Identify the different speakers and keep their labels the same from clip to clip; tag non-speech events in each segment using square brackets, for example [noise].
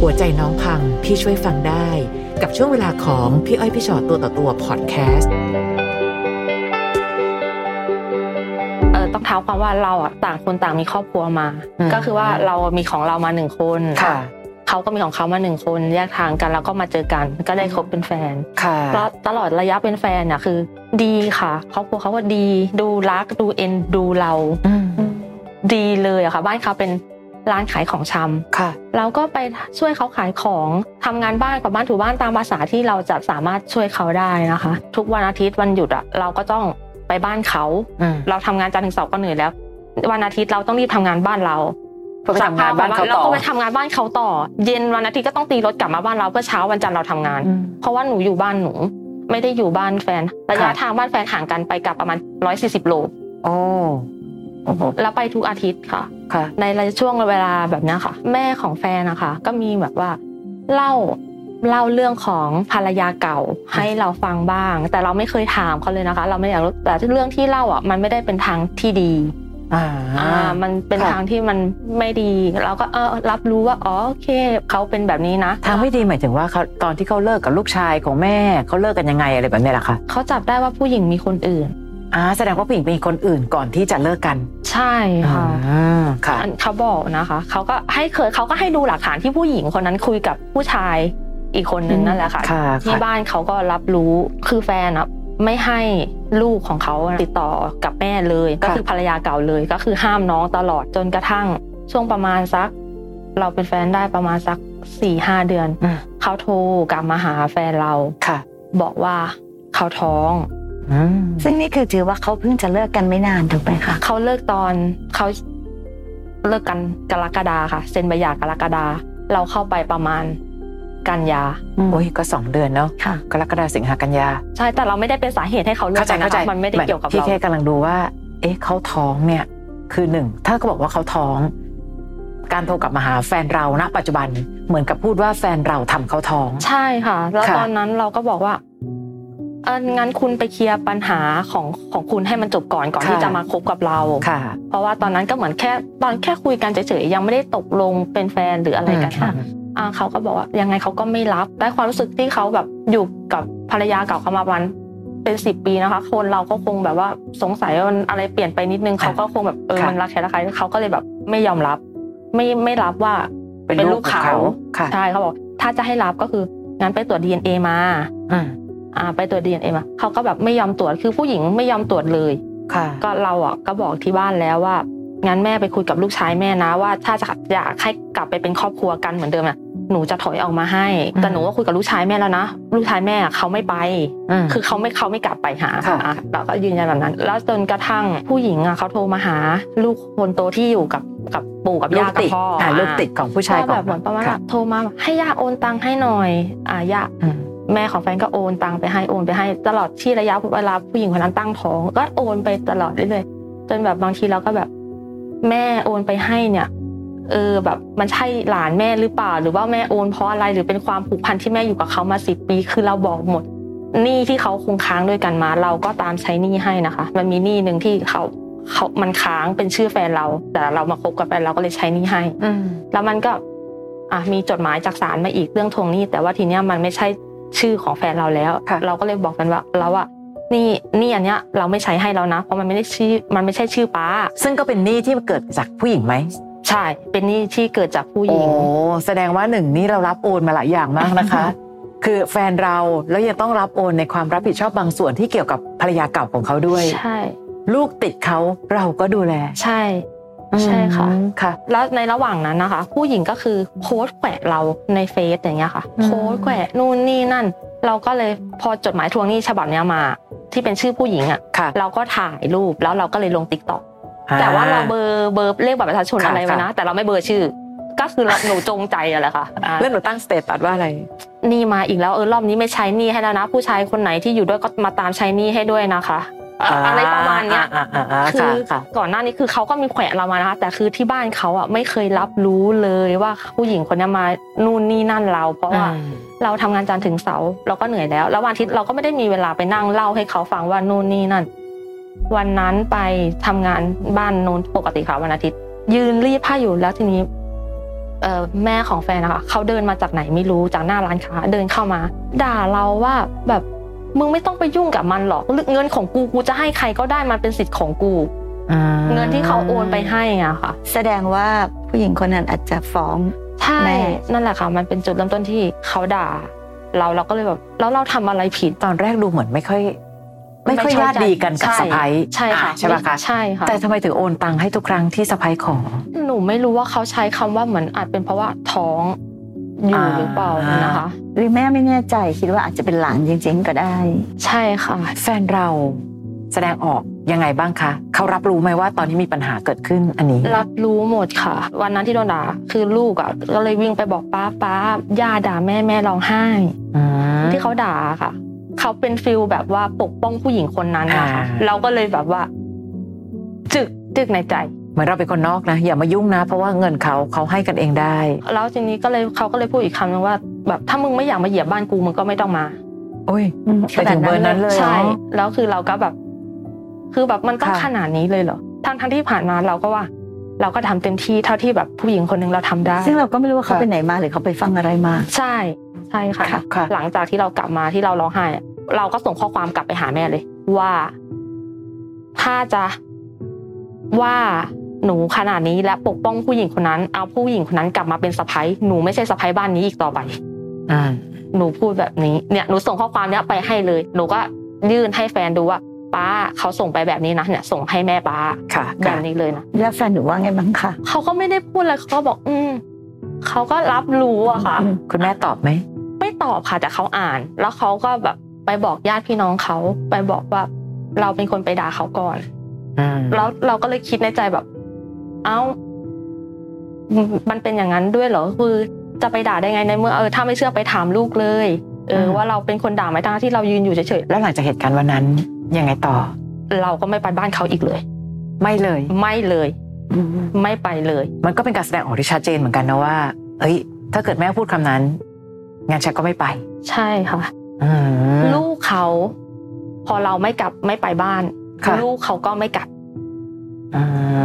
Speaker 1: หัวใจน้องพังพี่ช่วยฟังได้ กับช่วงเวลาของพี่อ้อยพี่ชอตตัวต่อตัวพอดแคสต์
Speaker 2: เออต้องเท้าความว่าเราอ่ะต่างคนต่างมีครอบครัวมา ก็คือว่าเรามีของเรามาหนึ่งคน
Speaker 1: ค่ะ
Speaker 2: เขาก็มีของเขามาหนึ่งคนแยกทางกันแล้วก็มาเจอกันก็ได้คบเป็นแฟน
Speaker 1: ค่ะ
Speaker 2: เพราะตลอดระยะเป็นแฟนน่ะคือ ดีค่ะครอบครัวเขาว่าดีดูรักดูเอ็นดูเรา
Speaker 1: อืม
Speaker 2: ดีเลยอะค่ะ บ้านเขาเป็นร้านขายของชำ
Speaker 1: ค่ะ
Speaker 2: เราก็ไปช่วยเขาขายของทำงานบ้านกับบ้านถูบ้านตามภาษาที่เราจะสามารถช่วยเขาได้นะคะ ทุกวันอาทิตย์วันหยุดอะเราก็ต้องไปบ้านเขา
Speaker 1: อืม
Speaker 2: เราทำงานจันทร์ถึงเสาร์ก็เหนื่อยแล้ว วันอาทิตย์เราต้องรีบทำงานบ้านเรา
Speaker 1: เพื่อไปทำงานบ้านเขาต่อ
Speaker 2: แล้วก็ไปทำงานบ้านเขาต่อ เย็นวันอาทิตย์ก็ต้องตีรถกลับมาบ้านเราเพื่อเช้าวันจันทร์เราทำงาน
Speaker 1: อืม
Speaker 2: เพราะว่าหนูอยู่บ้านหนู ไม่ได้อยู่บ้านแฟนระยะ
Speaker 1: ค่ะ
Speaker 2: ทางบ้านแฟนห่างกันไปกลับประมาณ140โล
Speaker 1: โอ้โอ้โห
Speaker 2: แล้วไปทุกอาทิตย์ค่ะ
Speaker 1: ค่ะ
Speaker 2: ในระยะช่วงเวลาแบบเนี้ยค่ะ แม่ของแฟนนะคะ ก็มีแบบว่าเล่าเล่าเรื่องของภรรยาเก่าให้เราฟังบ้าง แต่เราไม่เคยถามเขาเลยนะคะ เราไม่อยากรู้แต่เรื่องที่เล่าอ่ะมันไม่ได้เป็นทางที่ดี
Speaker 1: อ่า
Speaker 2: อ่ามันเป็น
Speaker 1: ค่ะ
Speaker 2: ทางที่มันไม่ดี เราก็เออรับรู้ว่าอ๋อโอเคเขาเป็นแบบนี้นะ
Speaker 1: ทางไม่ดีหมายถึงว่าเขาตอนที่เขาเลิกกับลูกชายของแม่เขาเลิกกันยังไงอะไรแบบเนี้ยเหรอคะ
Speaker 2: เขาจับได้ว่าผู้หญิงมีคนอื่น
Speaker 1: อ่าแสดงว่าผู้หญิงเป็นคนอื่นก่อนที่จะเลิกกัน
Speaker 2: ใช่ค่ะ
Speaker 1: อ่าค่ะ
Speaker 2: อันเขาบอกนะคะเขาก็ให้เคยเขาก็ให้ดูหลักฐานที่ผู้หญิงคนนั้นคุยกับผู้ชายอีกคนนึง
Speaker 1: อืม
Speaker 2: นั่นแหละค่ะ
Speaker 1: ค่ะ
Speaker 2: ที่
Speaker 1: ค่ะ
Speaker 2: บ้านเขาก็รับรู้คือแฟนอะไม่ให้ลูกของเขาติดต่อกับแม่เลย ก็คือภรรยาเก่าเลยก็คือห้ามน้องตลอดจนกระทั่งช่วงประมาณสัก เราเป็นแฟนได้ประมาณสักสี่ห้าเดือน
Speaker 1: อืม
Speaker 2: เขาโทรกลับมาหาแฟนเรา
Speaker 1: ค่ะ
Speaker 2: บอกว่าเขาท้อง
Speaker 1: อืม
Speaker 3: ซึ่งนี่คือถือว่าเขาเพิ่งจะเลิกกันไม่นานถูกไหมคะ
Speaker 2: เขาเลิกตอนเขาเลิกกันกรกฎาค่ะเซ็นใบหย่ากรกฎาเราเข้าไปประมาณกันยา
Speaker 1: โอ้ยก็สองเดือนเนาะ
Speaker 3: ค่ะ
Speaker 1: กรกฎาคมสิงหากันยา
Speaker 2: ใช่แต่เราไม่ได้เป็นสาเหตุให้เขาเลิก
Speaker 1: เข้าใจ
Speaker 2: กัน
Speaker 1: เข้า
Speaker 2: นะ
Speaker 1: ใจ
Speaker 2: คะมันไม่ได้
Speaker 1: หอ
Speaker 2: เกี่ยวกับ
Speaker 1: พี่
Speaker 2: เรา
Speaker 1: แค่กำลังดูว่า เอ๊ะเขาท้องเนี่ย คือหนึ่งถ้าเขาบอกว่าเขาท้อง การโทรกลับมาหาแฟนเราณปัจจุบันเหมือนกับพูดว่าแฟนเราทำเขาท้อง
Speaker 2: ใช่ค่ะ แล้ว
Speaker 1: ค่ะ
Speaker 2: ตอนนั้นเราก็บอกว่าเอองั้นคุณไปเคลียร์ปัญหาของของคุณให้มันจบก่อนก่อนที่จะมาคบกับเรา
Speaker 1: ค่ะ
Speaker 2: เพราะว่าตอนนั้นก็เหมือนแค่ตอนแค่คุยกันเฉยๆยังไม่ได้ตกลงเป็นแฟนหรืออะไรกัน
Speaker 1: อืมค่ะ
Speaker 2: ค่ะอ่าเขาก็บอกว่ายังไงเขาก็ไม่รับได้ความรู้สึกที่เขาแบบอยู่กับภรรยาเก่าเขามาประมาณเป็นสิบปีนะคะ คนเราก็คงแบบว่าสงสัยว่ามันอะไรเปลี่ยนไปนิดนึงเขาก็คงแบบเออ
Speaker 1: ค่ะ
Speaker 2: มันรักแค่ละใครเขาก็เลยแบบไม่ยอมรับ ไม่ไม่รับว่า
Speaker 1: เป็น
Speaker 2: เป็นลู
Speaker 1: ลูก
Speaker 2: ก
Speaker 1: ของเขา
Speaker 2: เขา
Speaker 1: ค่ะ
Speaker 2: ใช่เขาบอกถ้าจะให้รับก็คืองั้นไปตรวจ DNA มา
Speaker 1: อืม
Speaker 2: อ่าไปตรวจ DNA มาเขาก็แบบไม่ยอมตรวจคือผู้หญิงไม่ยอมตรวจเลย
Speaker 1: ค่ะ
Speaker 2: ก็เราอ่ะก็บอกที่บ้านแล้วว่างั้นแม่ไปคุยกับลูกชายแม่นะ ว่าถ้าจะอยากให้กลับไปเป็นครอบครัวกันเหมือนเดิมน่ะหนูจะถอยออกมาให้แต่หนูก็คุยกับลูกชายแม่แล้วนะลูกชายแม่อ่ะเขาไม่ไป
Speaker 1: ม
Speaker 2: คือเขาไม่เขาไม่กลับไปหา
Speaker 1: ค่ะ
Speaker 2: อ่ะเราก็ยืนยันแบบนั้น แล้วจนกระทั่งผู้หญิงอ่ะเขาโทรมาหา ลูกคนโตที่อยู่กับกับปู่กับ
Speaker 1: ลูก
Speaker 2: ย่ากั
Speaker 1: ติ
Speaker 2: บ
Speaker 1: ด
Speaker 2: พ่อ
Speaker 1: อ่า
Speaker 2: อ่ะ
Speaker 1: ลูกติดของผู้ชาย
Speaker 2: ก็
Speaker 1: ก่อน
Speaker 2: แบบเหมือนประมาณ
Speaker 1: ค่
Speaker 2: ว่าโทรมาให้ย่าโอนตังค์ให้หน่อยอ่ะย่า
Speaker 1: อืม
Speaker 2: แม่ของแฟนก็โอนตังไปให้โอนไปให้ตลอดที่ระยะเวลาผู้หญิงคนนั้นตั้งท้อง ก็โอนไปตลอดเรื่อยๆจนแบบบางทีเราก็แบบ แม่โอนไปให้เนี่ย เออแบบมันใช่หลานแม่หรือเปล่า หรือว่าแม่โอนเพราะอะไรหรือเป็นความผูกพันที่แม่อยู่กับเขามาสิบปี คือเราบอกหมดหนี้ที่เขาคงค้างด้วยกันมา เราก็ตามใช้หนี้ให้นะคะ มันมีหนี้หนึ่งที่เขาเขามันค้างเป็นชื่อแฟนเรา แต่เรามาคบกับแฟนเราก็เลยใช้หนี้ให้ แล้วมันก็อ่ะมีจดหมายจากศาลมาอีกเรื่องทวงหนี้ แต่ว่าทีเนี้ยมันไม่ใช่ชื่อของแฟนเราแล้ว
Speaker 1: ค่ะ
Speaker 2: เราก็เลยบอกกันว่าเราอะนี่หนี่อันเนี้ยเราไม่ใช้ให้แล้วนะ เพราะมันไม่ได้ชื่อมันไม่ใช่ชื่อป้า
Speaker 1: ซึ่งก็เป็นหนี้ที่เกิดจากผู้หญิงไหม
Speaker 2: ใช่ เป็นหนี้ที่เกิดจากผู้ห
Speaker 1: โอ้
Speaker 2: ญิง
Speaker 1: แสดงว่าหนึ่งนี่เรารับโอนมาหลายอย่างมากนะคะ
Speaker 2: [laughs]
Speaker 1: คือแฟนเราแล้วยังต้องรับโอนในความรับผิดชอบบางส่วนที่เกี่ยวกับภรรยาเก่าของเขาด้วย
Speaker 2: ใช่
Speaker 1: ลูกติดเขาเราก็ดูแล
Speaker 2: ใช่ ใช่ค่ะ
Speaker 1: อืมค่ะ
Speaker 2: แล้วในระหว่างนั้นนะคะ ผู้หญิงก็คือโพสต์แขวะเราในเฟซอย่างเงี้ยค่ะ
Speaker 1: อืม
Speaker 2: โพสต์แขวะนู่นนี่นั่น เราก็เลยพอจดหมายทวงหนี้ฉบับเนี้ยมา ที่เป็นชื่อผู้หญิงอะ
Speaker 1: ค่ะ
Speaker 2: เราก็ถ่ายรูปแล้วเราก็เลยลงติ๊กต็อก แต่ว่าเราเบอร์เบอร์เลขบัตรประชาชน
Speaker 1: ค่ะ
Speaker 2: อะไรไว้
Speaker 1: ค่ะ
Speaker 2: นะ แต่เราไม่เบอร์ชื่อ ก็คือเราหนูจงใจอะไรค่ะอ่า
Speaker 1: แล้วหนูตั้งสเตตัสว่าอะไร
Speaker 2: นี่มาอีกแล้วเออรอบนี้ไม่ใช้หนี่ให้แล้วนะ ผู้ชายคนไหนที่อยู่ด้วยก็มาตามใช้หนี่ให้ด้วยนะคะอ่ะอะไรประมาณเนี้ย
Speaker 1: อ่าอ่าอ่า
Speaker 2: คือ
Speaker 1: ค่ะ
Speaker 2: ก่อนหน้านี้คือเขาก็มีแขวนเรามานะคะแต่คือที่บ้านเขาอ่ะไม่เคยรับรู้เลยว่าผู้หญิงคนเนี้ยมานู่นนี่นั่นเรา เพราะว่าเราทำงานจันทร์ถึงเสาร์เราก็เหนื่อยแล้วแล้ววันอาทิตย์เราก็ไม่ได้มีเวลาไปนั่งเล่าให้เขาฟังว่านู่นนี่นั่น วันนั้นไปทำงานบ้านโน้นปกติค่ะวันอาทิตย์ ยืนรีดผ้าอยู่แล้วทีนี้ เอ่อแม่ของแฟนนะคะเขาเดินมาจากไหนไม่รู้จากหน้าร้านค้าเดินเข้ามา ด่าเราว่าแบบมึงไม่ต้องไปยุ่งกับมันหรอกเงินของกูกูจะให้ใครก็ได้มันเป็นสิทธิ์ของกู
Speaker 1: อืม
Speaker 2: เงินที่เขาโอนไปให้อะค่ะ
Speaker 3: แสดงว่าผู้หญิงคนนั้นอาจจะฟ้อง
Speaker 2: ใช่
Speaker 3: แม่
Speaker 2: นั่นแหละค่ะ มันเป็นจุดเริ่มต้นที่เขาด่า เราเราก็เลยแบบแล้วเราทำอะไรผิด
Speaker 1: ตอนแรกดูเหมือนไม่ค่อย ไม่ค่อย
Speaker 2: ชบ
Speaker 1: ญาติ
Speaker 2: ใจ
Speaker 1: ดีกันกับ
Speaker 2: ใช่
Speaker 1: สะพ้าย
Speaker 2: ใช่ค่ะ
Speaker 1: อ่ใช่ปะคะ
Speaker 2: ใช่ค่ะ
Speaker 1: แต่ทำไมถึงโอนตังค์ให้ทุกครั้งที่สะพ้ายขอ
Speaker 2: หนูไม่รู้ว่าเขาใช้คำว่าเหมือนอาจเป็นเพราะว่าท้องอยู่
Speaker 1: อ่า
Speaker 2: หรือเปล่านะคะ
Speaker 3: หรือแม่ไม่แน่ใจคิดว่าอาจจะเป็นหลานจริง ๆ ก็ได้
Speaker 2: ใช่ค่ะ
Speaker 1: แฟนเราแสดงออกยังไงบ้างคะเขารับรู้ไหมว่าตอนนี้มีปัญหาเกิดขึ้นอันนี้
Speaker 2: รับรู้หมดค่ะ วันนั้นที่โดนด่าคือลูกอ่ะก็เลยวิ่งไปบอกป้าป้าย่าด่าแม่แม่ร้องไห้
Speaker 1: อืม
Speaker 2: ที่เขาด่าค่ะ เขาเป็นฟิลแบบว่าปกป้องผู้หญิงคนนั้นนะคะ
Speaker 1: อ่า
Speaker 2: เราก็เลยแบบว่า จึกจึกในใจ
Speaker 1: เหมือนเราเป็นคนนอกนะ อย่ามายุ่งนะ เพราะว่าเงินเขาเขาให้กันเองได้
Speaker 2: แล้วทีนี้ก็เลยเขาก็เลยพูดอีกคำนึงว่า แบบถ้ามึงไม่อยากมาเหยียบบ้านกูมึงก็ไม่ต้องมา
Speaker 1: โอ้ย
Speaker 3: อืม
Speaker 1: ไปถึงเบอร์นั้นเลย
Speaker 2: ใช่ แล้วคือเราก็แบบ คือแบบมันต้อง
Speaker 1: ค่ะ
Speaker 2: ขนาดนี้เลยเหรอทั้งทั้งที่ผ่านมาเราก็ว่า เราก็ทำเต็มที่เท่าที่แบบผู้หญิงคนหนึ่งเราทำได้
Speaker 3: ซึ่งเราก็ไม่รู้ว่าเขาไปไหนมาหรือเขาไปฟังอะไรมา
Speaker 2: ใช่ใช่ค่ะ
Speaker 1: ค่ะค่ะ
Speaker 2: หลังจากที่เรากลับมาที่เราร้องไห้อะเราก็ส่งข้อความกลับไปหาแม่เลย ว่า ถ้าจะว่าหนูขนาดนี้และปกป้องผู้หญิงคนนั้น เอาผู้หญิงคนนั้นกลับมาเป็นสะพ้ยหนูไม่ใช่สะพ้ยบ้านนี้อีกต่อไป
Speaker 1: อืม
Speaker 2: หนูพูดแบบนี้เนี่ยหนูส่งข้อความเนี้ยไปให้เลย หนูก็ยื่นให้แฟนดูว่า ป้าเขาส่งไปแบบนี้นะเนี่ย ส่งให้แม่ป้า
Speaker 1: ค่ะ
Speaker 2: แบ
Speaker 1: ค่ะ
Speaker 2: บนี้เลยนะ
Speaker 3: แล้วแฟนหนูว่าไงบ้างคะ
Speaker 2: เขาก็ไม่ได้พูดอะไรเขาก็บอก อืมเขาก็รับรู้อะค่ะ
Speaker 3: อืม
Speaker 1: คุณแม่ตอบไหม
Speaker 2: ไม่ตอบค่ะแต่เขาอ่าน แล้วเขาก็แบบไปบอกญาติพี่น้องเขาไปบอกว่า เราเป็นคนไปด่าเขาก่อน
Speaker 1: อืม
Speaker 2: แล้วเราก็เลยคิดในใจแบบ เอ้า มันเป็นอย่างนั้นด้วยเหรอคือจะไปด่าได้ไงในเมื่อเออถ้าไม่เชื่อไปถามลูกเลย เออว่าเราเป็นคนด่าไหมทั้งที่เรายืนอยู่เฉย
Speaker 1: แล้วหลังจากเหตุการณ์วันนั้นยังไงต่อ
Speaker 2: ๆเราก็ไม่ไปบ้านเขาอีกเลย
Speaker 1: ไม่เลย
Speaker 2: ไม่เลย
Speaker 3: อืม
Speaker 2: ไม่ไปเลย
Speaker 1: มันก็เป็นการแสดงออกที่ชัดเจนเหมือนกันนะว่า เอ้ย ถ้าเกิดแม่พูดคำนั้น งานฉันก็ไม่ไป
Speaker 2: ใช่ค่ะ
Speaker 1: อืม
Speaker 2: ลูกเขา พอเราไม่กลับไม่ไปบ้าน
Speaker 1: ค่ะ
Speaker 2: ลูกเขาก็ไม่กลับ
Speaker 1: อืม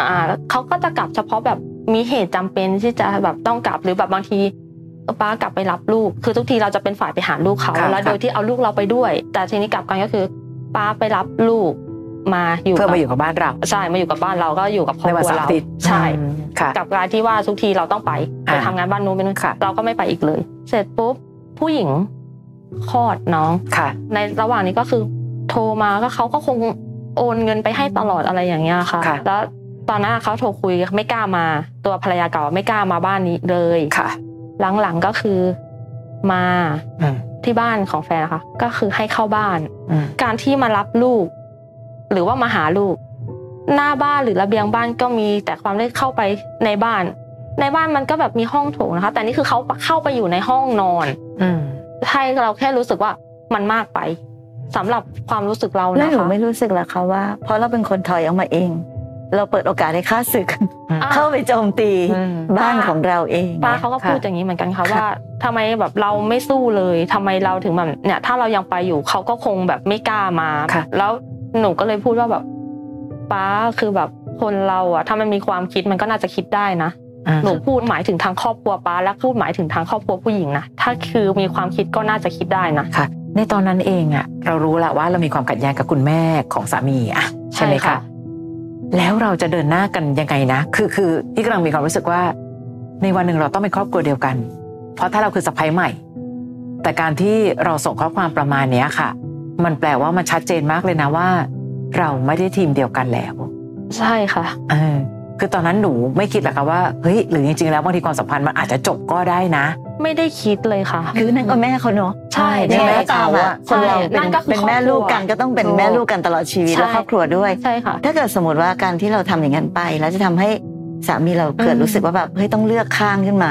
Speaker 2: อ่าแล้วเขาก็จะกลับเฉพาะแบบมีเหตุจำเป็นที่จะแบบต้องกลับหรือแบบบางทีป้ากลับไปรับลูก คือทุกทีเราจะเป็นฝ่ายไปหาลูกเขา
Speaker 1: ค่ะ
Speaker 2: แล้วโดยที่เอาลูกเราไปด้วย แต่ทีนี้กลับกันก็คือ ป้าไปรับลูกมาอยู่
Speaker 1: เพื่อ
Speaker 2: กับ
Speaker 1: มาอยู่กับบ้านเรา
Speaker 2: ใช่มาอยู่กับบ้านเราก็อยู่กับครอบ
Speaker 1: ในวัน
Speaker 2: ครัว
Speaker 1: เสาร์
Speaker 2: เรา
Speaker 1: อาทิตย์
Speaker 2: ใช่
Speaker 1: อืมค่ะ
Speaker 2: กับการที่ว่าทุกทีเราต้องไปไป
Speaker 1: อ่า
Speaker 2: ทำงานบ้านนู้นไปนู้น
Speaker 1: ค่ะ
Speaker 2: เราก็ไม่ไปอีกเลย เสร็จปุ๊บผู้หญิงคลอดน้อง
Speaker 1: ค่ะ
Speaker 2: ในระหว่างนี้ก็คือโทรมาก็เขาก็คงโอนเงินไปให้ตลอดอะไรอย่างเงี้ยค่ะ
Speaker 1: ค่ะ
Speaker 2: แล้วตอนหน้าเขาโทรคุยไม่กล้ามา ตัวภรรยาเก่าไม่กล้ามาบ้านนี้เลย
Speaker 1: ค่ะ
Speaker 2: หลังๆก็คือมา
Speaker 1: อืม
Speaker 2: ที่บ้านของแฟนนะคะก็คือให้เข้าบ้าน
Speaker 1: อืม
Speaker 2: การที่มารับลูก หรือว่ามาหาลูก หน้าบ้านหรือระเบียงบ้านก็มีแต่ความได้เข้าไปในบ้าน ในบ้านมันก็แบบมีห้องโถงนะคะ แต่นี่คือเขาเข้าไปอยู่ในห้องนอน
Speaker 1: อืม
Speaker 2: ให้เราแค่รู้สึกว่ามันมากไปสำหรับความรู้สึกเรา
Speaker 3: แล้ว
Speaker 2: นะ
Speaker 3: หนู
Speaker 2: คะ
Speaker 3: ไม่รู้สึกเหรอคะว่า เพราะเราเป็นคนถอยออกมาเอง เราเปิดโอกาสให้ข้าศึก
Speaker 2: อ่ะ
Speaker 3: เข้าไปโจมตี
Speaker 1: อืม
Speaker 3: บ้านของเราเอง
Speaker 2: ป้าเขาก็พูดอย่างนี้เหมือนกันค่ะว่าทำไมแบบเราไม่สู้เลยทำไมเราถึงแบบเนี่ยถ้าเรายังไปอยู่เขาก็คงแบบไม่กล้ามา
Speaker 1: ค่ะ
Speaker 2: แล้วหนูก็เลยพูดว่าแบบ ป้าคือแบบคนเราอะถ้ามันมีความคิดมันก็น่าจะคิดได้นะ
Speaker 1: อืม
Speaker 2: หนูพูดหมายถึงทางครอบครัวป้าและพูดหมายถึงทางครอบครัวผู้หญิงนะถ้าคือมีความคิดก็น่าจะคิดได้นะ
Speaker 1: ค่ะ ในตอนนั้นเองอะเรารู้ละว่าเรามีความขัดแย้งกับคุณแม่ของสามีอะใช่ไหม
Speaker 2: ใช่ค่ะ
Speaker 1: คะแล้วเราจะเดินหน้ากันยังไงนะ คือคือที่กำลังมีความรู้สึกว่า ในวันหนึ่งเราต้องเป็นครอบครัวเดียวกัน เพราะถ้าเราคือสะพ้ายใหม่ แต่การที่เราส่งข้อความประมาณเนี้ยค่ะ มันแปลว่ามันชัดเจนมากเลยนะว่า เราไม่ได้ทีมเดียวกันแล้ว
Speaker 2: ใช่ค่ะ
Speaker 1: เออคือตอนนั้นหนูไม่คิดหรอกค่ะว่าเฮ้ยหรือจริงๆแล้วบางทีความสัมพันธ์มันอาจจะจบก็ได้นะ
Speaker 2: ไม่ได้คิดเลยค่ะ
Speaker 3: คือนั่นก็แม่เขาเนาะ
Speaker 2: ใช่
Speaker 3: ยั
Speaker 1: ใช่
Speaker 3: ง
Speaker 1: ไหม
Speaker 3: ไงก็ตามอ่ะ
Speaker 2: ใช่
Speaker 3: คนเรา
Speaker 2: นั่
Speaker 3: เป็น
Speaker 2: นก็คือ
Speaker 3: เป็นแม่ลูกกันก็ต้องเป็น
Speaker 2: ครอบครัว
Speaker 3: แม่ลูกกันตลอดชีวิต
Speaker 2: ใช่
Speaker 3: และครอบครัวด้วย
Speaker 2: ใช่ค่ะ
Speaker 3: ถ้าเกิดสมมติว่าการที่เราทำอย่างนั้นไป แล้วจะทำให้สามีเราเกิด
Speaker 2: อืม
Speaker 3: รู้สึกว่าแบบเฮ้ยต้องเลือกข้างขึ้นมา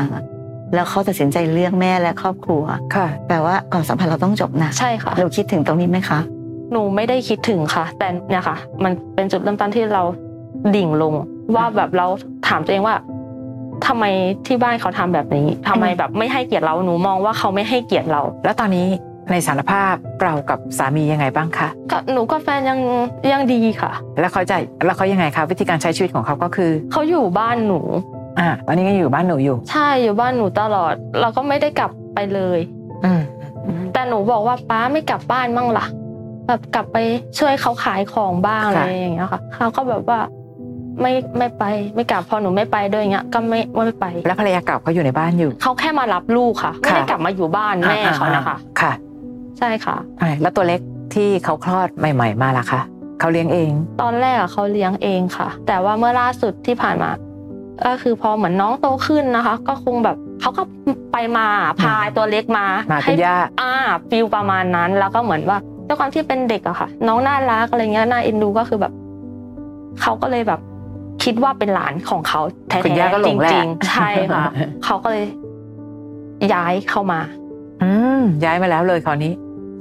Speaker 3: แล้วเขาตัดสินใจเลือกแม่และครอบครัว
Speaker 1: ค่ะ
Speaker 3: แปลว่าความสัมพันธ์เราต้องจบนะ
Speaker 2: ใช่ค่ะ
Speaker 3: เราคิดถึงตรงนี้ไหมคะ
Speaker 2: หนูไม่ได้คิดถึงค่ะ แต่เนี่ยค่ะ มันเป็นจุดเริ่มต้นที่เราดิ่งลง ว่าแบบเราถามตัวเองว่าทำไมที่บ้านเขาทำแบบนี้ทำไมแบบไม่ให้เกียรติเราหนูมองว่าเขาไม่ให้เกียรติเรา
Speaker 1: แล้วตอนนี้ในสารภาพเรากับสามียังไงบ้างคะ
Speaker 2: ก็หนูกับแฟนยังยังดีค่ะ
Speaker 1: แล้วเขาจะแล้วเขายังไงคะวิธีการใช้ชีวิตของเขาก็คือ
Speaker 2: เขาอยู่บ้านหนู
Speaker 1: อ่ะวันนี้ก็อยู่บ้านหนูอยู่
Speaker 2: ใช่อยู่บ้านหนูตลอด เราก็ไม่ได้กลับไปเลย
Speaker 1: อืม
Speaker 2: แต่หนูบอกว่าป้าไม่กลับบ้านมั่งล่ะ แบบกลับไปช่วยเขาขายของบ้างอะไรอย่างเงี้ยค่ะเขาก็แบบว่าไม่ไม่ไปไม่กลับพอหนูไม่ไปด้วยอย่างเงี้ย ก็ไม่ไม่ไป
Speaker 1: แล้วภรรยาเก่าเขาอยู่ในบ้านอยู่
Speaker 2: เขาแค่มารับลูกค่ะไม่ได้
Speaker 1: ค่ะ
Speaker 2: กลับมาอยู่บ้านแม่เขานะคะ
Speaker 1: อ่ค่ะ
Speaker 2: ใช่ค่ะ
Speaker 1: อ่ะแล้วตัวเล็กที่เขาคลอดใหม่ ๆ มาล่ะคะเขาเลี้ยงเอง
Speaker 2: ตอนแรกอะเขาเลี้ยงเองค่ะ แต่ว่าเมื่อล่าสุดที่ผ่านมา ก็คือพอเหมือนน้องโตขึ้นนะคะ ก็คงแบบเขาก็ไปมาพาตัวเล็กมา
Speaker 1: มาคุ
Speaker 2: ให้
Speaker 1: ณย่า
Speaker 2: อ่าฟิลประมาณนั้นแล้วก็เหมือนว่าด้วยความที่เป็นเด็กอะค่ะ น้องน่ารักอะไรเงี้ยน่าเอ็นดูก็คือแบบเขาก็เลยแบบคิดว่าเป็นหลานของเขาแท้
Speaker 1: คุณย่าก็
Speaker 2: ๆ
Speaker 1: หล
Speaker 2: จ
Speaker 1: งแหละ
Speaker 2: ริงๆใช่
Speaker 1: [laughs]
Speaker 2: ค่ะเขาก็เลยย้ายเข้ามา
Speaker 1: อืมย้ายมาแล้วเลยคราวนี้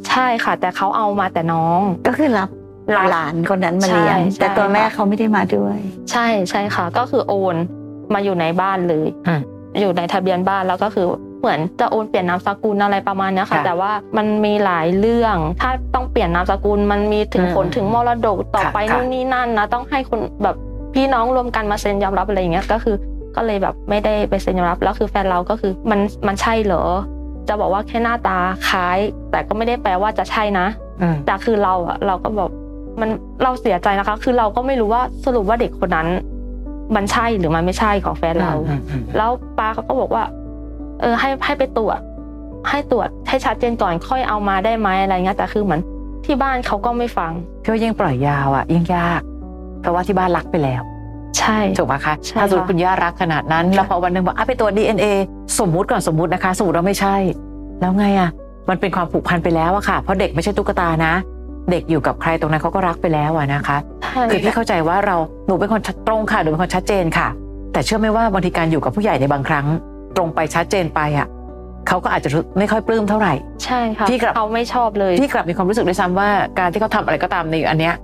Speaker 2: ใช่ค่ะ แต่เขาเอามาแต่น้อง
Speaker 3: ก็คือรับ
Speaker 2: รับ
Speaker 3: หลานคนนั้นมาเลี้ยง
Speaker 2: ใช่ใช่
Speaker 3: แต่ตัวแม่เขาไม่ได้มาด้วย
Speaker 2: ใช่ใช่ค่ะ ก็คือโอนมาอยู่ในบ้านเลย
Speaker 1: อืม
Speaker 2: อยู่ในทะเบียนบ้านแล้วก็คือเหมือนจะโอนเปลี่ยนนามสกุลอะไรประมาณเนี้ยค่ะ
Speaker 1: ค่ะ
Speaker 2: แต่ว่ามันมีหลายเรื่อง ถ้าต้องเปลี่ยนนามสกุลมันมีถึงผล
Speaker 1: อืม
Speaker 2: ถึงมรดกต่อ
Speaker 1: ค่ะ
Speaker 2: ไป
Speaker 1: ค่ะ
Speaker 2: นู่นนี่นั่นนะต้องให้คนแบบพี่น้องรวมกันมาเซ็นยอมรับอะไรอย่างเงี้ยก็คือ ก็เลยแบบไม่ได้ไปเซ็นยอมรับแล้วคือแฟนเราก็คือมันมันใช่เหรอ จะบอกว่าแค่หน้าตาคล้าย แต่ก็ไม่ได้แปลว่าจะใช่นะ
Speaker 1: อืม
Speaker 2: แต่คือเราอะเราก็แบบมันเราเสียใจนะคะ คือเราก็ไม่รู้ว่าสรุปว่าเด็กคนนั้น มันใช่หรือมันไม่ใช่ของแฟนเรา
Speaker 1: อืมอืม
Speaker 2: แล้วป้าเขาก็บอกว่า เออให้ให้ไปตรวจ ให้ตรวจให้ชัดเจนก่อนค่อยเอามาได้ไหมอะไรเงี้ยแต่คือเหมือนที่บ้านเขาก็ไม่ฟัง
Speaker 1: พี่ว่ายิ่งปล่อยยาวอ่ะยิ่งยาก เพราะว่าที่บ้านรักไปแล้ว
Speaker 2: ใช่
Speaker 1: ถูกปะคะ
Speaker 2: ใช่
Speaker 1: ถ้าสมมติ
Speaker 2: ค่ะ
Speaker 1: คุณย่ารักขนาดนั้น แล้วพอวันหนึ่งบอกอ่ะไปตรวจ DNA สมมุติก่อนสมมุตินะคะ สมมติว่าไม่ใช่ แล้วไงอ่ะ มันเป็นความผูกพันไปแล้วอะค่ะ เพราะเด็กไม่ใช่ตุ๊กตานะ เด็กอยู่กับใครตรงนั้นเขาก็รักไปแล้วอะนะคะ
Speaker 2: ใช่
Speaker 1: คือพี่เข้าใจว่าเราหนูเป็นคนชัดตรงค่ะหนูเป็นคนชัดเจนค่ะ แต่เชื่อไหมว่าบางทีการอยู่กับผู้ใหญ่ในบางครั้ง ตรงไปชัดเจนไปอ่ะเขาก็อาจจะไม่ค่อยปลื้มเท่าไหร่
Speaker 2: ใช่ค่ะ
Speaker 1: พี่กลับ
Speaker 2: เขาไม่ชอบเลย
Speaker 1: พี่กลับมีความรู้สึกด้วยซ้ำว่าการที่เขาทำอะไรก็ตามในอันเนี้ย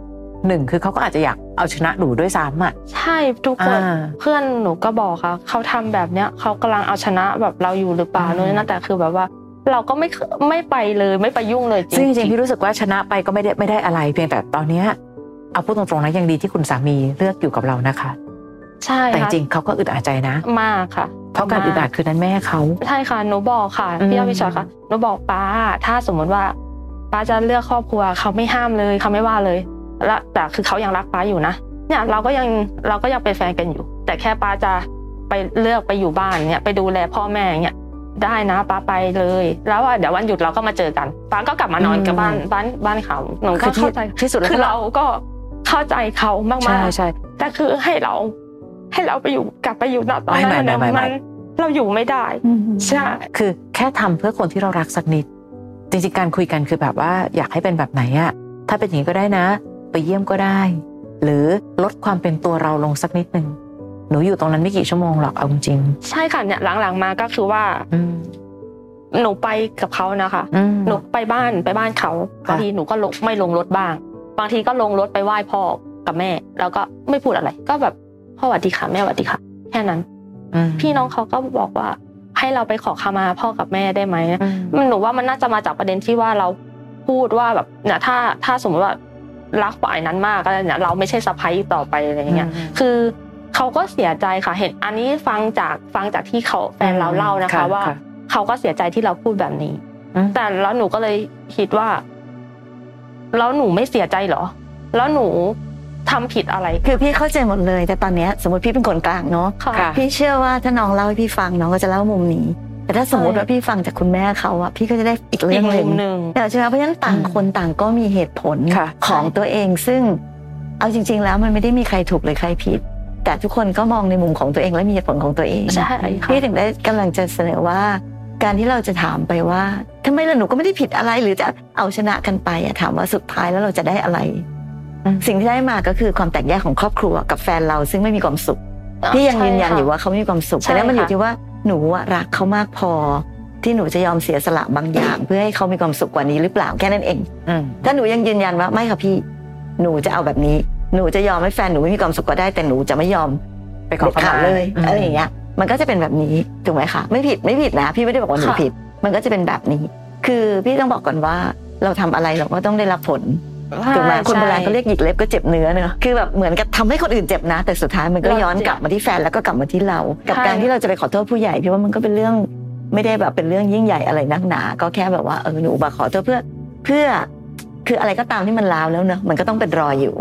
Speaker 1: หนึ่งคือเขาก็อาจจะอยากเอาชนะหนูด้วยซ้ำอ่ะ
Speaker 2: ใช่ทุกคน
Speaker 1: อ่า
Speaker 2: เพื่อนหนูก็บอกค่ะเขาทำแบบเนี้ยเขากำลังเอาชนะแบบเราอยู่หรือเปล่า
Speaker 1: อืม
Speaker 2: นู่นนนั่นแต่คือแบบว่า เราก็ไม่เคไม่ไปเลยไม่ไปยุ่งเลย
Speaker 1: ซึ่งจ
Speaker 2: จ
Speaker 1: ริ
Speaker 2: ริ
Speaker 1: งๆ
Speaker 2: ง
Speaker 1: พี่รู้สึกว่าชนะไปก็ไม่ได้ไม่ได้อะไร เพียงแต่ตอนเนี้ยเอาพูดตรงๆนะยังดีที่คุณสามีเลือกอยู่กับเรานะคะ
Speaker 2: ใช่
Speaker 1: แต่จ
Speaker 2: ค่ะ
Speaker 1: ริงๆเขาก็อึดอัดใจนะ
Speaker 2: มากค่ะ
Speaker 1: เพราะการอึดอัดคือนั้นแม่เขา
Speaker 2: ใช่ค่ะหนูบอกค่ะ
Speaker 1: อืม
Speaker 2: พี่อ้อมพี่ชอยค่ะหนูบอกป้า ถ้าสมมติว่าป้าจะเลือกครอบครัวเขาไม่ห้ามเลยเขาไม่ว่าเลยแล้วแต่คือเขายังรักป้าอยู่นะเนี่ยเราก็ยังเราก็ยังเป็นแฟนกันอยู่ แต่แค่ป้าจะไปเลือกไปอยู่บ้านเนี่ยไปดูแลพ่อแม่อย่างเนี่ยได้นะป้าไปเลย แล้วว่าเดี๋ยววันหยุดเราก็มาเจอกันป้าก็กลับมานอนกับบ้านบ้านบ้านเขาหนูก็
Speaker 1: คือที่
Speaker 2: เข้าใจ
Speaker 1: ที่สุดแล้ว
Speaker 2: คือเราก็เข้าใจเขามา
Speaker 1: ใช่
Speaker 2: ก
Speaker 1: ใช่
Speaker 2: ๆ แต่คือให้เรา ให้เราไปอยู่กลับไปอยู่ณตอน
Speaker 1: ไม่
Speaker 2: นั้
Speaker 1: ไม่
Speaker 2: นเนี่ย
Speaker 1: ไม่ไม่
Speaker 2: มันเราอยู่ไม่ได้ ใช่
Speaker 1: คือแค่ทำเพื่อคนที่เรารักสักนิด จริงๆการคุยกันคือแบบว่าอยากให้เป็นแบบไหนอะถ้าเป็นอย่างนี้ก็ได้นะ ไปเยี่ยมก็ได้ หรือลดความเป็นตัวเราลงสักนิดนึงหนูอยู่ตรงนั้นไม่กี่ชั่วโมงหรอกเอาจริง
Speaker 2: ใช่ค่ะเนี่ยหลังๆมาก็คือว่า
Speaker 1: ๆอืม
Speaker 2: หนูไปกับเขานะคะ
Speaker 1: อืม
Speaker 2: หนูไปบ้านไปบ้านเขา
Speaker 1: ค่ะ
Speaker 2: บางทีหนูก็ลงไม่ลงรถบ้าง บางทีก็ลงรถไปไหว้พ่อกับแม่ แล้วก็ไม่พูดอะไร ก็แบบพ่อหวัดดีค่ะแม่หวัดดีค่ะ แค่นั้น
Speaker 1: อืม
Speaker 2: พี่น้องเขาก็บอกว่า ให้เราไปขอขมาพ่อกับแม่ได้ไหม
Speaker 1: อืม
Speaker 2: หนูว่ามันน่าจะมาจากประเด็นที่ว่าเราพูดว่าแบบเนี่ยถ้าถ้าสมมติว่ารักฝ่ายนั้นมากก็เนี่ยเราไม่ใช่สะพ้ายต่อไปอะไรอย่างเงี้ย คือเขาก็เสียใจค่ะเห็นอันนี้ฟังจากฟังจากที่เขาแฟนเราเล่านะคะ
Speaker 1: ค่ะ
Speaker 2: ว่า
Speaker 1: ค่ะ
Speaker 2: เขาก็เสียใจที่เราพูดแบบนี้
Speaker 1: อืม
Speaker 2: แต่แล้วหนูก็เลยคิดว่า แล้วหนูไม่เสียใจเหรอ แล้วหนูทำผิดอะไร
Speaker 3: คือพี่เข้าใจหมดเลย แต่ตอนเนี้ยสมมติพี่เป็นคนกลางเนาะ
Speaker 2: ค่ะ
Speaker 1: ค่ะ
Speaker 3: พี่เชื่อว่าถ้าน้องเล่าให้พี่ฟังน้องก็จะเล่ามุมนี้ แต่ถ้าสมมติ
Speaker 2: ใช่
Speaker 3: ว่าพี่ฟังจากคุณแม่เขาอะพี่ก็จะได้อีก
Speaker 2: อี
Speaker 3: เรื่อก งห
Speaker 2: มุ
Speaker 3: นึ่ง
Speaker 2: มหนึ่ง
Speaker 3: เดี๋ยวใช่ไหมเพราะฉะนั้นต่าง
Speaker 1: อืม
Speaker 3: คนต่างก็มีเหตุผล
Speaker 1: ค่ะ
Speaker 3: ของตัวเองซึ่งเอาจริง ๆ แล้วมันไม่ได้มีใครถูกหรือใครผิด แต่ทุกคนก็มองในมุมของตัวเองและมีเหตุผลของตัวเอง
Speaker 2: ใช่ค่ะ
Speaker 3: พี่ถึงได้กำลังจะเสนอว่า การที่เราจะถามไปว่าทำไมล่ะหนูก็ไม่ได้ผิดอะไรหรือจะเอาชนะกันไปอะถามว่าสุดท้ายแล้วเราจะได้อะไร
Speaker 1: อืม
Speaker 3: สิ่งที่ได้มาก็คือความแตกแยกของครอบครัวกับแฟนเราซึ่งไม่มีความสุข พี่ยังยืนยันอยู่ว่าเขาไม่มีความสุข
Speaker 2: ใช่
Speaker 3: แต่นั่นมันอยู่
Speaker 2: ค่ะ
Speaker 3: ที่ว่าหนูอะรักเขามากพอ ที่หนูจะยอมเสียสละบางอย่าง เพื่อให้เขามีความสุขกว่านี้หรือเปล่าแค่นั้นเอง
Speaker 1: อืม
Speaker 3: ถ้าหนูยังยืนยันว่าไม่ค่ะพี่ หนูจะเอาแบบนี้หนูจะยอมให้แฟนหนูไม่มีความสุขก็ได้แต่หนูจะไม่ยอม
Speaker 1: ไปขอข
Speaker 3: เด็ด
Speaker 1: มา
Speaker 3: ขาดเลย
Speaker 1: ม
Speaker 3: อะไรอย่างเงี้ยมันก็จะเป็นแบบนี้ถูกไหมคะไม่ผิดไม่ผิดนะ พี่ไม่ได้บอกว่าหนู
Speaker 2: ค่ะ
Speaker 3: ผิด มันก็จะเป็นแบบนี้ คือพี่ต้องบอกก่อนว่าเราทำอะไรเราก็ต้องได้รับผล ถูกไหมคนโบราณ
Speaker 2: ใช่
Speaker 3: ก็เรียกหยิกเล็บก็เจ็บเนื้อเนอะคือแบบเหมือนกับทำให้คนอื่นเจ็บนะ แต่สุดท้ายมันก็
Speaker 2: เรา
Speaker 3: ย้อนกลับมาที่แฟนแล้วก็กลับมาที่เรา กับ
Speaker 2: ใช่
Speaker 3: การที่เราจะไปขอโทษผู้ใหญ่พี่ว่ามันก็เป็นเรื่องไม่ได้แบบเป็นเรื่องยิ่งใหญ่อะไรนักหนา ก็แค่แบบว่าเออหนูมาขอโทษเพื่อเพื่อ คืออะไรก็ตามที่มันลาวแล้วเนอะมันก็ต้องเป็นรอยอยู่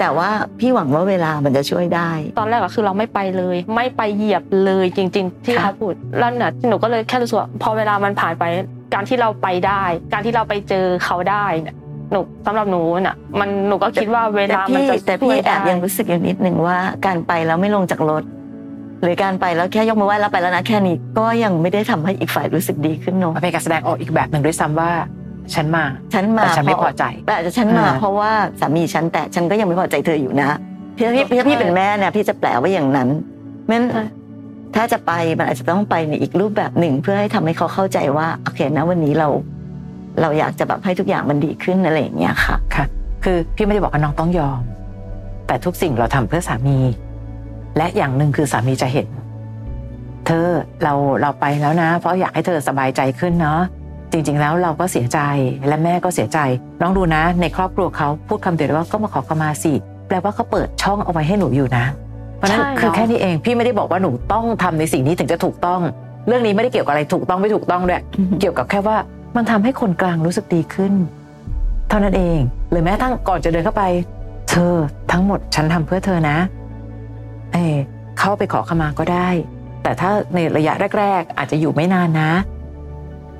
Speaker 3: แต่ว่าพี่หวังว่าเวลามันจะช่วยได้
Speaker 2: ตอนแรกอะคือเราไม่ไปเลย ไม่ไปเหยียบเลยจริง ๆ ที่
Speaker 3: ค่ะ
Speaker 2: เขาพูดแล้วน่ะหนูก็เลยแค่รู้สึกว่าพอเวลามันผ่านไป การที่เราไปได้ การที่เราไปเจอเขาได้เนี่ยหนูสำหรับหนูน่ะ มันหนูก็คิดว่าเว
Speaker 3: แต่
Speaker 2: ลามัน
Speaker 3: พี่
Speaker 2: จะ
Speaker 3: แต่
Speaker 2: ช่
Speaker 3: พี่
Speaker 2: วย
Speaker 3: แอบ
Speaker 2: ได้
Speaker 3: ยังรู้สึกอยู่นิดนึงว่าการไปแล้วไม่ลงจากรถ หรือการไปแล้วแค่ยกมือไหว้แล้วไปแล้วนะแค่นี้ก็ยังไม่ได้ทำให้อีกฝ่ายรู้สึกดีขึ้นเนอะ
Speaker 1: มันเป็นการแสดงออกอีกแบบหนึ่งด้วยซ้ำว่า ฉันมา
Speaker 3: ฉันมา
Speaker 1: แต่ฉันไม่
Speaker 3: เพ
Speaker 1: พ
Speaker 3: ราะ
Speaker 1: อใจ
Speaker 3: แต่อาจจะฉันมา
Speaker 1: อ่า
Speaker 3: เพราะว่าสามีฉันแต่ฉันก็ยังไม่พอใจเธออยู่นะพี่พี่พี่พี่เป็นแม่เนี่ยพี่จะแปลว่าอย่างนั้นเพราะฉะนั้น
Speaker 2: ใช่
Speaker 3: ถ้าจะไปมันอาจจะต้องไปในอีกรูปแบบหนึ่ง เพื่อให้ทำให้เขาเข้าใจว่าโอเคนะวันนี้เรา เราอยากจะแบบให้ทุกอย่างมันดีขึ้นอะไรอย่างเงี้ยค่ะ
Speaker 1: คือพี่ไม่ได้บอกว่าน้องต้องยอม แต่ทุกสิ่งเราทำเพื่อสามี และอย่างหนึ่งคือสามีจะเห็น เธอเราเราไปแล้วนะ เพราะอยากให้เธอสบายใจขึ้นเนาะจริง ๆ แล้วเราก็เสียใจและแม่ก็เสียใจ น้องดูนะ ในครอบครัวเขาพูดคำเดียวเลยว่าก็มาขอขมาสิแปลว่าเขาเปิดช่องเอาไว้ให้หนูอยู่นะ เพราะฉะนั้น
Speaker 2: ใช่เนอะ
Speaker 1: คือแค่นี้เองพี่ไม่ได้บอกว่าหนูต้องทำในสิ่งนี้ถึงจะถูกต้อง เรื่องนี้ไม่ได้เกี่ยวกับอะไรถูกต้องไม่ถูกต้องด้วย เกี่ยวกับแค่ว่ามันทำให้คนกลางรู้สึกดีขึ้น เท่านั้นเองหรือแม้กระทั่งก่อนจะเดินเข้าไป เธอทั้งหมดฉันทำเพื่อเธอนะ เออเข้าไปขอขมาก็ได้ แต่ถ้าในระยะแรก ๆ อาจจะอยู่ไม่นานนะ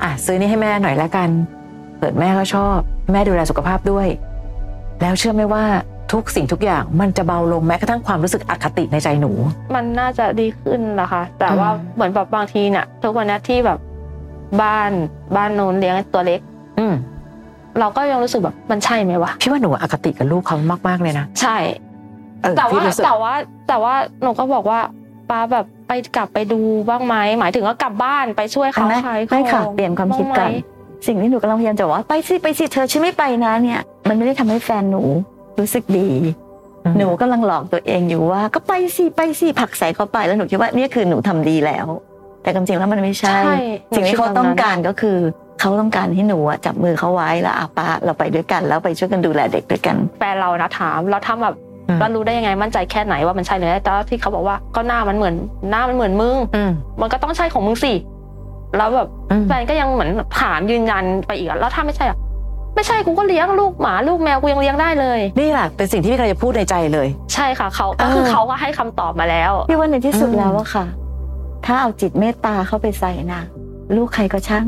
Speaker 1: อ่ะซื้อนี่ให้แม่หน่อยละกันเกิดแม่ก็ชอบ แม่ดูแลสุขภาพด้วย แล้วเชื่อไหมว่าทุกสิ่งทุกอย่างมันจะเบาลงแม้กระทั่งความรู้สึกอคติในใจหนู
Speaker 2: มันน่าจะดีขึ้นละค่ะ แต่ว่า
Speaker 1: อืม
Speaker 2: เหมือนแบบบางทีเนี่ยทุกวันเนี้ยที่แบบบ้านบ้านโน้นเลี้ยงตัวเล็ก
Speaker 1: อืม
Speaker 2: เราก็ยังรู้สึกแบบมันใช่ไหมวะ
Speaker 1: พี่ว่าหนูอคติกับลูกเขามากๆเลยนะ
Speaker 2: ใช่
Speaker 1: เออ
Speaker 2: แต่
Speaker 1: พี่
Speaker 2: ว่า
Speaker 1: รู้สึก
Speaker 2: แต่ว่าแต่ว่าหนูก็บอกว่าป้าแบบไปกลับไปดูบ้างไหมหมายถึงว่ากลับบ้านไปช่วยเขา
Speaker 3: ไม่
Speaker 2: ขายของ
Speaker 3: ไม่ค่ะเปลี่ยนความคิดก่อ
Speaker 2: บ้
Speaker 3: น
Speaker 2: งไห
Speaker 3: สิ่งที่หนูกำลังพยายามจะบอกว่าไปสิไปสิเธอฉันไม่ไปนะเนี่ย มันไม่ได้ทำให้แฟนหนูรู้สึกดี
Speaker 1: อืม
Speaker 3: หนูกำลังหลอกตัวเองอยู่ว่า ก็ไปสิไปสิผลักใส่เขาไปแล้วหนูคิดว่าเนี่ยคือหนูทำดีแล้ว แต่ความจริงแล้วมันไม่ใช่
Speaker 2: ใช่
Speaker 3: สิ่งที่เขาต้องการก็คือเขาต้องการให้หนูอะจับมือเขาไว้แล้วอาปาเราไปด้วยกันแล้วไปช่วยกันดูแลเด็กด้วยกัน
Speaker 2: แฟนเรานะถามเราทำแบบ
Speaker 1: อืม
Speaker 2: เรารู้ได้ยังไงมั่นใจแค่ไหนว่ามันใช่หรือไม่แต่ว่าที่เขาบอกว่าก็หน้ามันเหมือนหน้ามันเหมือนมึง
Speaker 1: อืม
Speaker 2: มันก็ต้องใช่ของมึงสิแล้วแบบ
Speaker 1: อืม
Speaker 2: แฟนก็ยังเหมือนถามยืนยันไปอีกอะแล้วถ้าไม่ใช่อะไม่ใช่กูก็เลี้ยงลูกหมาลูกแมวกูยังเลี้ยงได้เลย
Speaker 1: นี่แหละเป็นสิ่งที่พี่กำลังจะพูดในใจเลย
Speaker 2: ใช่ค่ะเขาก็
Speaker 1: เออ
Speaker 2: คือเขาก็ให้คำตอบมาแล้ว
Speaker 3: พี่ว่าในที่สุด
Speaker 1: อืม
Speaker 3: แล้วอะค่ะ ถ้าเอาจิตเมตตาเข้าไปใส่นะลูกใครก็ช่าง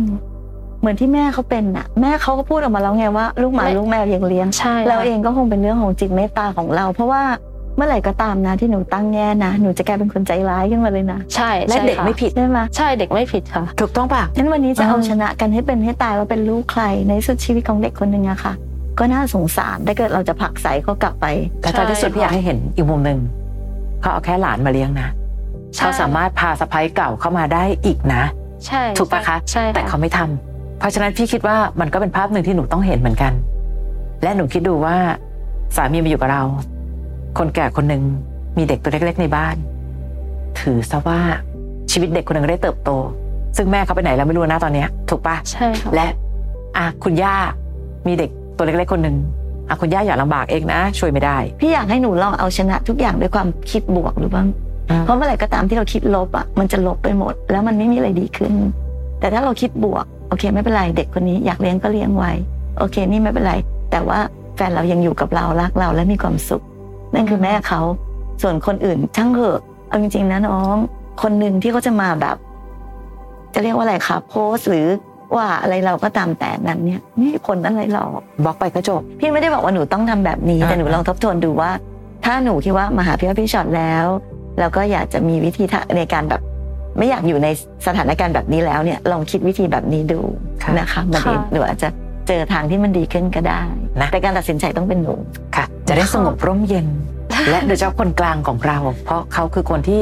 Speaker 3: เหมือนที่แม่เขาเป็นน่ะ แม่เขาก็พูดออกมาแล้วไงว่าลูกหมา
Speaker 2: ไม่
Speaker 3: ลูกแมวยังเลี้ยง
Speaker 2: ใช่
Speaker 3: เราเองก็คงเป็นเรื่องของจิตเมตตาของเรา เพราะว่าเมื่อไหร่ก็ตามนะที่หนูตั้งแง่นะหนูจะกลายเป็นคนใจร้ายขึ้นมาเลยนะ
Speaker 2: ใช่
Speaker 1: และ
Speaker 2: ใช่
Speaker 1: เด็ก
Speaker 2: ค่
Speaker 1: ไม่ผิด
Speaker 3: ใช่ไหม
Speaker 2: ใช่เด็กไม่ผิดค่ะ
Speaker 1: ถูกต้องป่ะ
Speaker 3: งั้นวันนี้จะ
Speaker 1: อ่า
Speaker 3: เอาชนะกันให้เป็นให้ตายว่าเป็นลูกใครในที่สุดชีวิตของเด็กคนหนึ่งอะค่ะ ก็น่าสงสารถ้าเกิดเราจะผลักใส่เขากลับไป
Speaker 1: แต่ตอนที่สุดพี่อยากให้เห็นอีกมุมหนึ่งเขาเอาแค่หลานมาเลี้ยงนะ
Speaker 2: ใช่
Speaker 1: เขาสามารถพาสะพ้ายเก่าเข้ามาได้อีกนะ
Speaker 2: ใช่
Speaker 1: ถูกปะคะ
Speaker 2: ใช่
Speaker 1: แต่
Speaker 2: ค่ะ
Speaker 1: เขาไม่ทำเพราะฉะนั้นพี่คิดว่ามันก็เป็นภาพหนึ่งที่หนูต้องเห็นเหมือนกัน และหนูคิดดูว่า สามีมาอยู่กับเรา คนแก่คนหนึ่งมีเด็กตัวเล็ก ๆ ในบ้าน ถือซะว่าชีวิตเด็กคนหนึ่งได้เติบโต ซึ่งแม่เขาไปไหนเราไม่รู้นะตอนเนี้ย ถูกปะ
Speaker 2: ใช่ค่ะ
Speaker 1: และอ่ะคุณย่ามีเด็กตัวเล็กๆคนหนึ่งอ่ะคุณย่าอย่าลำบากเองนะ ช่วยไม่ได้
Speaker 3: พี่อยากให้หนูลองเอาชนะทุกอย่างด้วยความคิดบวกหรือบ้าง
Speaker 1: อืม
Speaker 3: เพราะเมื่อไหร่ก็ตามที่เราคิดลบอะมันจะลบไปหมด แล้วมันไม่มีอะไรดีขึ้น แต่ถ้าเราคิดบวกโอเคไม่เป็นไรเด็กคนนี้อยากเลี้ยงก็เลี้ยงไว้ โอเคนี่ไม่เป็นไร แต่ว่าแฟนเรายังอยู่กับเรารักเราและมีความสุข นั่นคือแม่เขา ส่วนคนอื่นช่างเหอะเอาจริงๆนะน้อง คนหนึ่งที่เขาจะมาแบบ จะเรียกว่าอะไรคะโพสต์หรือว่าอะไรเราก็ตามแต่นั้นเนี่ยไม่ผลอะไรหรอก
Speaker 1: บล็อกไปก็จบ
Speaker 3: พี่ไม่ได้บอกว่าหนูต้องทำแบบนี้
Speaker 1: อ่า
Speaker 3: แต่หนูลองทบทวนดูว่า ถ้าหนูคิดว่ามาหาพี่ว่าพี่ช็อตแล้วแล้วก็อยากจะมีวิธีทะในการแบบ ไม่อยากอยู่ในสถานการณ์แบบนี้แล้วเนี่ยลองคิดวิธีแบบนี้ดูนะคะมัน
Speaker 2: ค่ะ
Speaker 3: หนูอาจจะเจอทางที่มันดีขึ้นก็ได้
Speaker 1: นะ
Speaker 3: แต่การตัดสินใจต้องเป็นหนู
Speaker 1: ค่ะ จะได้สงบร่มเย็น
Speaker 2: [laughs]
Speaker 1: และโดยเฉพาะคนกลางของเรา เพราะเขาคือคนที่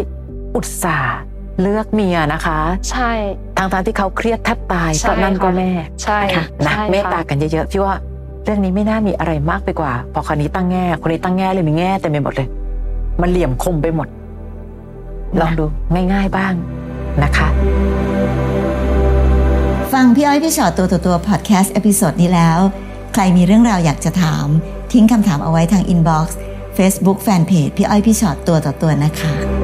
Speaker 1: อุตส่าห์เลือกเมียนะคะ
Speaker 2: ใช่
Speaker 1: ทางทางๆที่เขาเครียดแทบตาย
Speaker 2: ใช่
Speaker 1: ก็นั่นก็
Speaker 2: ค่ะ
Speaker 1: แม่
Speaker 2: ใช่
Speaker 3: ค่ะ
Speaker 1: นะ
Speaker 2: ใช่
Speaker 1: เมตตากันเยอะๆพี่ว่าเรื่องนี้ไม่น่ามีอะไรมากไปกว่า พอคนนี้ตั้งแง่ คนนี้ตั้งแง่เลยมีแง่เต็มไปหมดเลย มันเหลี่ยมคมไปหมด ลองดูง่าย ๆบ้างนะคะ
Speaker 4: ฟังพี่อ้อยพี่ชอตตัวต่อตัวพอดแคสต์เอพิโซดนี้แล้ว ใครมีเรื่องราวอยากจะถาม
Speaker 3: ทิ้งคำถามเอาไว้ทางอินบ็อกซ์ Facebook Fanpage พี่อ้อยพี่ชอตตัวต่อตัวนะคะ